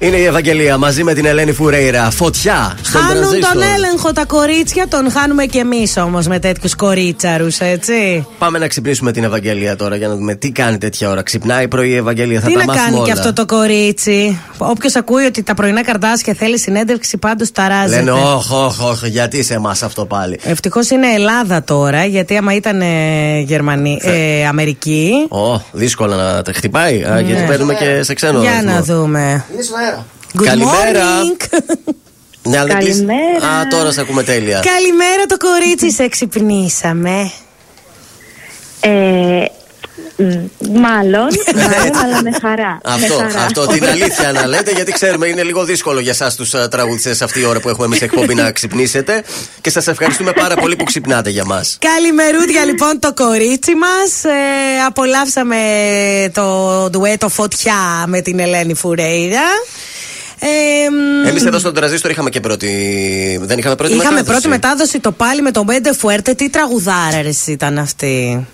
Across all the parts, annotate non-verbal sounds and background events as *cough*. Είναι η Ευαγγελία μαζί με την Ελένη Φουρέιρα. Φωτιά στον Χάνουν τρανζίστορ. τον έλεγχο τα κορίτσια, τον χάνουμε κι εμείς όμως με τέτοιους κορίτσαρους, έτσι. Πάμε να ξυπνήσουμε την Ευαγγελία τώρα για να δούμε τι κάνει τέτοια ώρα. Ξυπνάει πρωί η Ευαγγελία, θα Τι τα να μάθουμε κάνει όλα. και αυτό το κορίτσι. Όποιος ακούει ότι τα πρωινά καρδάσια θέλει συνέντευξη, πάντως ταράζεται. Λένε, όχ, όχ, όχ, γιατί σε εμάς αυτό πάλι. Ευτυχώς είναι Ελλάδα τώρα, γιατί άμα ήταν ε, Γερμανή, ε, Αμερική. Ω, δύσκολα να τα χτυπάει, α, γιατί παίρνουμε και σε ξένο Ναι. Για ρυθμό. να δούμε. Είναι στον αέρα. Good Καλημέρα. morning. Ναι, αλλά δεν κλείσεις. Καλημέρα. Α, τώρα σε ακούμε τέλεια. Καλημέρα το κορίτσι, σε ξυπνήσαμε. Ε, μ, *laughs* μάλλον, μάλλον, αλλά με χαρά. Ναι. Αυτό, με χαρά. αυτό, την αλήθεια να λέτε, γιατί ξέρουμε είναι λίγο δύσκολο για εσάς τους τραγουδιστές αυτή η ώρα που έχουμε εμείς εκπομπή να ξυπνήσετε. Και σας ευχαριστούμε πάρα πολύ που ξυπνάτε για μας. Καλημερούδια λοιπόν το κορίτσι μας Ε, απολαύσαμε το ντουέτο Φωτιά με την Ελένη Φουρέιρα. Ε, μ, Εμείς εδώ στον Τραζίστορ είχαμε και πρώτη. Δεν είχαμε πρώτη είχαμε μετάδοση. πρώτη μετάδοση το πάλι με τον Μπέντε Φουέρτε. Τι τραγουδάρες ήταν αυτή.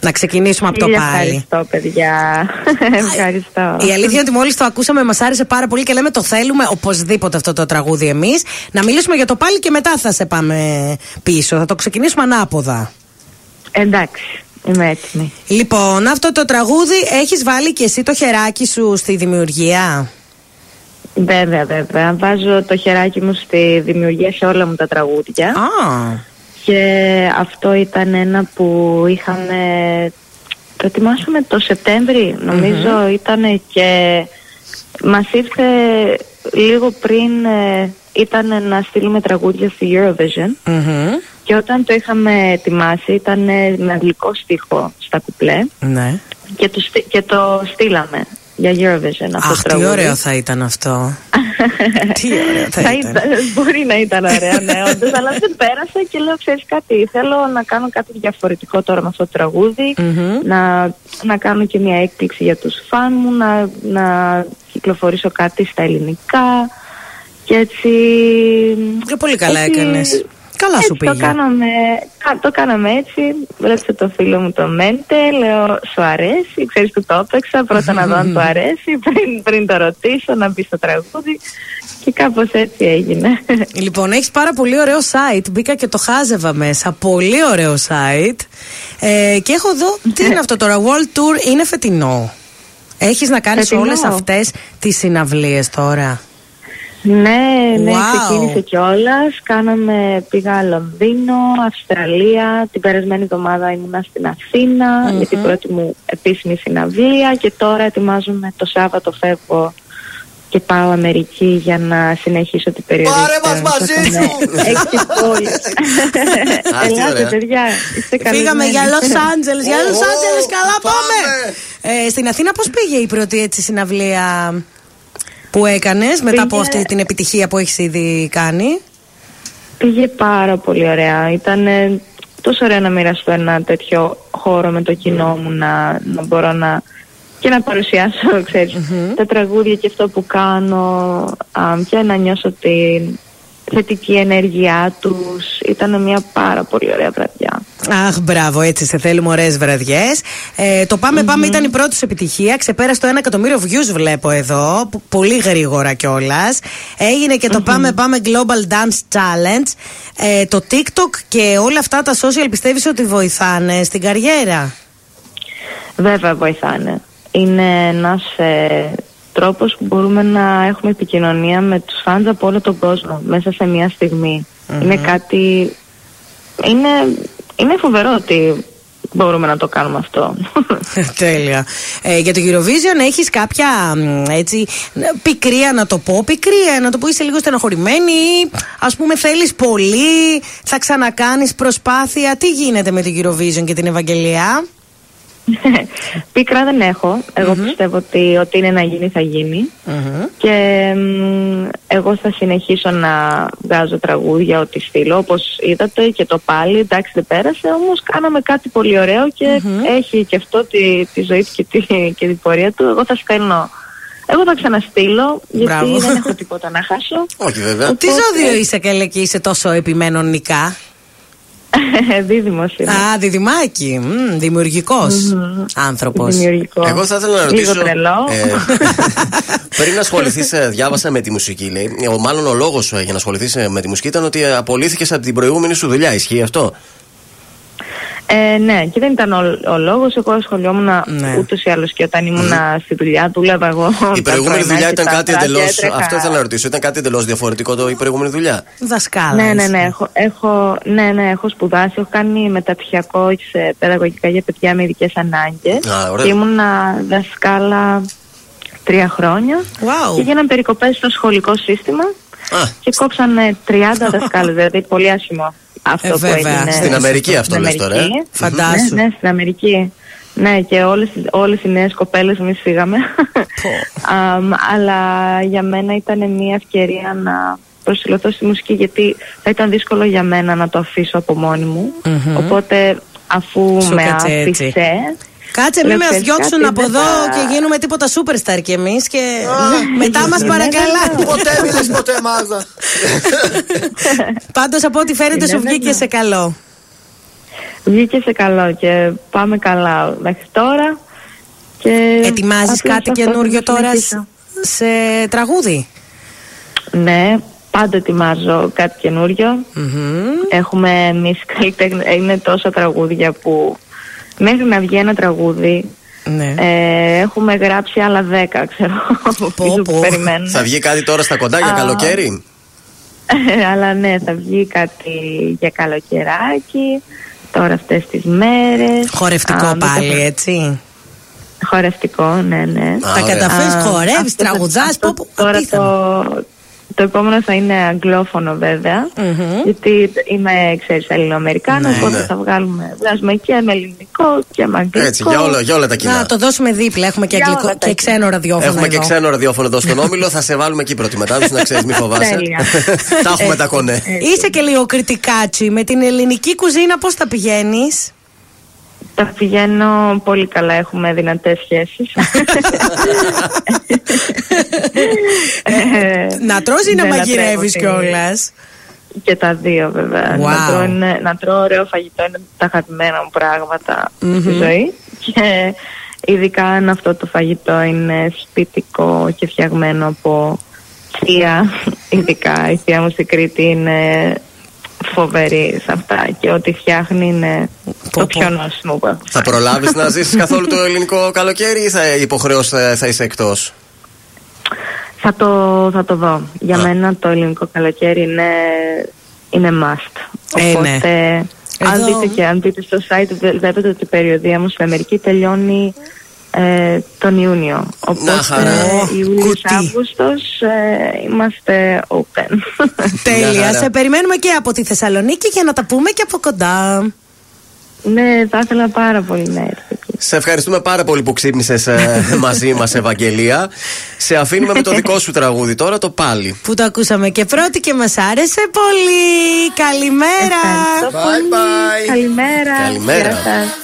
Να ξεκινήσουμε από το Χίλια πάλι. Ευχαριστώ, παιδιά. ευχαριστώ. Η αλήθεια είναι ότι μόλις το ακούσαμε, μας άρεσε πάρα πολύ και λέμε το θέλουμε οπωσδήποτε αυτό το τραγούδι εμείς. Να μιλήσουμε για το πάλι και μετά θα σε πάμε πίσω. Θα το ξεκινήσουμε ανάποδα. Εντάξει, είμαι έτοιμη. Λοιπόν, αυτό το τραγούδι έχεις βάλει και εσύ το χεράκι σου στη δημιουργία. Βέβαια, βέβαια. Βάζω το χεράκι μου στη δημιουργία σε όλα μου τα τραγούδια. Α. Και αυτό ήταν ένα που είχαμε προετοιμάσουμε το σεπτεμβρη νομίζω ήταν και μας ήρθε λίγο πριν ε, ήταν να στείλουμε τραγούδια στη Eurovision μμμ, και όταν το είχαμε ετοιμάσει ήταν ε, με αγγλικό στίχο στα κουπλέ Ναι. και το, στεί- και το στείλαμε για Eurovision Αχ, αυτό το τι τραγούδι. *laughs* ωραίο θα ήταν αυτό. τι ωραίο θα ήταν. Μπορεί να ήταν ωραία, ναι, όντως, αλλά δεν πέρασε και λέω, ξέρεις κάτι, θέλω να κάνω κάτι διαφορετικό τώρα με αυτό το τραγούδι, Μμμ. να, να κάνω και μια έκπληξη για τους φαν μου, να, να κυκλοφορήσω κάτι στα ελληνικά και έτσι... Και πολύ καλά έτσι- έκανες. Καλά έτσι σου πήγε. Το κάναμε, α, το κάναμε έτσι. Ρώτησα το φίλο μου το Μέντε, λέω Σου αρέσει, ξέρεις που το έπαιξα. Πρώτα να δω *laughs* αν του αρέσει, πριν, πριν το ρωτήσω, να μπει στο τραγούδι. Και κάπως έτσι έγινε. Λοιπόν, έχεις πάρα πολύ ωραίο site. Μπήκα και το χάζευα μέσα. Πολύ ωραίο site. Ε, και έχω *laughs* εδώ, τι είναι αυτό τώρα, World Tour είναι φετινό. Έχεις να κάνεις Φετινό. όλες αυτές τις συναυλίες τώρα. ναι, ναι, Wow. ξεκίνησε κιόλας. Κάναμε, πήγα Λονδίνο, Αυστραλία. Την περασμένη εβδομάδα ήμουνα στην αθηνα για την πρώτη μου επίσημη συναυλία. Και τώρα ετοιμάζομαι το Σάββατο φεύγω και πάω Αμερική για να συνεχίσω την περιοχή. Πάρε μας μαζί σου! Έξι πόλεις. Α, τι Ελάτε, ωραία. παιδιά. Είστε καλοί. Φύγαμε για *laughs* Λος Άντζελες, για Λος Ω, Άντζελες, καλά πάμε. Ε, πάμε! Ε, στην Αθήνα πώς πήγε η πρώτη έτσι συναυλία που έκανες μετά από Πήγε- αυτή την επιτυχία που έχεις ήδη κάνει. Πήγε πάρα πολύ ωραία. Ήταν ε, τόσο ωραίο να μοιραστώ ένα τέτοιο χώρο με το κοινό μου να, να μπορώ να και να παρουσιάσω, *laughs* ξέρεις, τα τραγούδια και αυτό που κάνω α, και να νιώσω την θετική ενέργειά τους. Ήταν μια πάρα πολύ ωραία βραδιά. Αχ, μπράβο, έτσι σε θέλουμε ωραίες βραδιές. Ε, το παμε Πάμε ήταν η πρώτη σου επιτυχία. Ξεπέρασε το 1 εκατομμύριο views, βλέπω εδώ. πο- Πολύ γρήγορα κιόλας. Έγινε και το Πάμε Πάμε Global Dance Challenge. Ε, το TikTok και όλα αυτά τα social πιστεύεις ότι βοηθάνε στην καριέρα. Βέβαια βοηθάνε. Είναι ένας ε, τρόπος που μπορούμε να έχουμε επικοινωνία με τους φans από όλο τον κόσμο μέσα σε μια στιγμη Είναι κάτι... Είναι, είναι φοβερό ότι μπορούμε να το κάνουμε αυτό. *laughs* Τέλεια. Ε, για το Eurovision έχεις κάποια μ, έτσι, πικρία να το πω, πικρία να το πω, είσαι λίγο στενοχωρημένη ή ας πούμε θέλεις πολύ, θα ξανακάνεις προσπάθεια. Τι γίνεται με το Eurovision και την Ευαγγελία. Πίκρα δεν έχω. Εγώ πιστεύω ότι ό,τι είναι να γίνει θα γίνει. Και μ, εγώ θα συνεχίσω να βγάζω τραγούδια, ό,τι στείλω, όπως είδατε και το πάλι. Εντάξει, δεν πέρασε, όμως κάναμε κάτι πολύ ωραίο και έχει και αυτό τη, τη ζωή του και τη, και την πορεία του. Εγώ θα στέλνω, εγώ θα ξαναστείλω, γιατί Μπράβο. δεν έχω τίποτα να *laughs* χάσω. Όχι, βέβαια. Ε, Τι ζώδιο είσαι καλέ και είσαι τόσο επιμένονικά. Δίδυμος είναι. Α, διδυμάκι. δημιουργικό άνθρωπος. Δημιουργικός. Εγώ θα ήθελα να ε, Λίγο ρωτήσω. τρελό. ε, *laughs* Πριν να ασχοληθεί, διάβασα με τη μουσική, λέει. Ο, μάλλον ο λόγος για να ασχοληθείς με τη μουσική ήταν ότι απολύθηκες από την προηγούμενη σου δουλειά. Ισχύει αυτό. Ε, ναι, και δεν ήταν ο, ο λόγος. Εγώ ασχολιόμουν Ναι. ναι. ούτως ή άλλως και όταν ήμουν στη δουλειά, δούλευα εγώ. Η τα προηγούμενη πρωινά δουλειά και ήταν τα κάτι βράδια εντελώς. έτρεχα. Αυτό ήθελα να ρωτήσω. Ήταν κάτι εντελώς διαφορετικό το, η προηγούμενη δουλειά. Δασκάλα. Ναι, ναι, είσαι. ναι, έχω, έχω, ναι, ναι, έχω σπουδάσει. Έχω κάνει μεταπτυχιακό σε παιδαγωγικά για παιδιά με ειδικές ανάγκες. Α, ωραία. Και ήμουνα δασκάλα τρία χρόνια. Wow. Και γίναν περικοπές στο σχολικό σύστημα. Α. Και κόψανε 30 δασκάλες, δηλαδή πολύ άσχημο αυτό Ε, που βέβαια. έγινε. Στην Αμερική αυτό Στην λες τώρα, ε. Αμερική. Φαντάσου. Ναι, ναι, στην Αμερική. Ναι, και όλες, όλες οι νέες κοπέλες εμείς φύγαμε. *laughs* Αμ, αλλά για μένα ήταν μια ευκαιρία να προσιλωθώ στη μουσική γιατί θα ήταν δύσκολο για μένα να το αφήσω από μόνη μου. Οπότε αφού Σου με κάτσε έτσι. άφησε... Κάτσε, μην λέω, μα «Ξέρεις διώξουν κάτι, από δεν εδώ θα- και γίνουμε τίποτα superstar κι εμείς και *laughs* ε, μετά μας Ναι, ναι, παρακαλά. Ποτέ μιλες, ποτέ μάζα. ε, Πάντως από ό,τι φαίνεται Ναι, σου ναι, βγήκε ναι. σε καλό. Βγήκε σε καλό και πάμε καλά μέχρι τώρα. Και Ετοιμάζεις Ε, απλά κάτι αυτό θα καινούριο τώρα συνεχίσω. σε τραγούδι. Ναι, πάντα ετοιμάζω κάτι καινούριο. Έχουμε εμείς καλλιτέχνε. Είναι τόσα τραγούδια που μέχρι να βγει ένα τραγούδι. Ναι. ε, έχουμε γράψει άλλα δέκα, ξέρω Πω, *laughs* που πω. περιμένουν. Θα βγει κάτι τώρα στα κοντά για Α. καλοκαίρι. Αλλά ναι, θα βγει κάτι για καλοκαιράκι. Τώρα αυτές τις μέρες Χορευτικό Α, ναι. με τα- πάλι, έτσι. Χορευτικό, ναι, ναι. Α, Τα ωραία. καταφέρεις, Α, χορεύεις, αυτό θα- τραγουδάς. αυτό Τώρα το, το επόμενο θα είναι αγγλόφωνο βέβαια, Γιατί είμαι, ξέρεις, Ελληνοαμερικάνος, Ε? Ναι. οπότε Ναι. θα βγάλουμε, βγάζουμε και με ελληνικό και με αγγλικό. Έτσι, για όλα, για όλα τα κοινά. Να το δώσουμε δίπλα. Έχουμε και, Για αγγλικό- όλα τα και ξένο ραδιόφωνο. Έχουμε και εδώ. ξένο ραδιόφωνο εδώ στον Όμιλο. Θα σε βάλουμε εκεί πρώτη μετάδοση, να ξέρεις, μη φοβάσαι. Τέλεια. τα έχουμε τα κονέ. Είσαι και λίγο κριτικάτσι. Με την ελληνική κουζίνα πώς τα πηγαίνει. Τα πηγαίνω πολύ καλά, έχουμε δυνατές *laughs* σχέσεις. Ε, να τρως ή να ναι, λατρεύω μαγειρεύει την- κιόλας. Και τα δύο βέβαια. Wow. Να, τρώω, είναι- να τρώω ωραίο φαγητό είναι τα αγαπημένα μου πραγματα στη ζωή. Και ειδικά αν αυτό το φαγητό είναι σπιτικό και φτιαγμένο από θεία. Ειδικά η θεία μου στην Κρήτη είναι φοβερή σε αυτά και ό,τι φτιάχνει είναι πω. το πιο νόσιμο που έχω Θα προλάβεις να ζήσεις καθόλου το ελληνικό καλοκαίρι ή θα υποχρεώσει θα, θα είσαι εκτός. Θα το, θα το δω. Για μένα το ελληνικό καλοκαίρι είναι, είναι must. Ε, ναι. Οπότε, αν Εδώ- δείτε και αν μπείτε στο site, βλέ- βλέπετε ότι η περιοδία μου στην Αμερική τελειώνει ε, τον Ιούνιο. Οπότε, ε, χαρά. Ιούλιος, Κουτί. Αύγουστος ε, είμαστε open. Μια *laughs* Τέλεια. χαρά. Σε περιμένουμε και από τη Θεσσαλονίκη για να τα πούμε και από κοντά. ναι, θα ήθελα πάρα πολύ να έρθω εκεί. Σε ευχαριστούμε πάρα πολύ που ξύπνησες μαζί μας, Ευαγγελία. Σε αφήνουμε με το δικό σου τραγούδι τώρα, το πάλι. Που το ακούσαμε και πρώτη και μας άρεσε πολύ. Καλημέρα. Ευχαριστώ Bye bye. Καλημέρα. Καλημέρα. Γεια σας.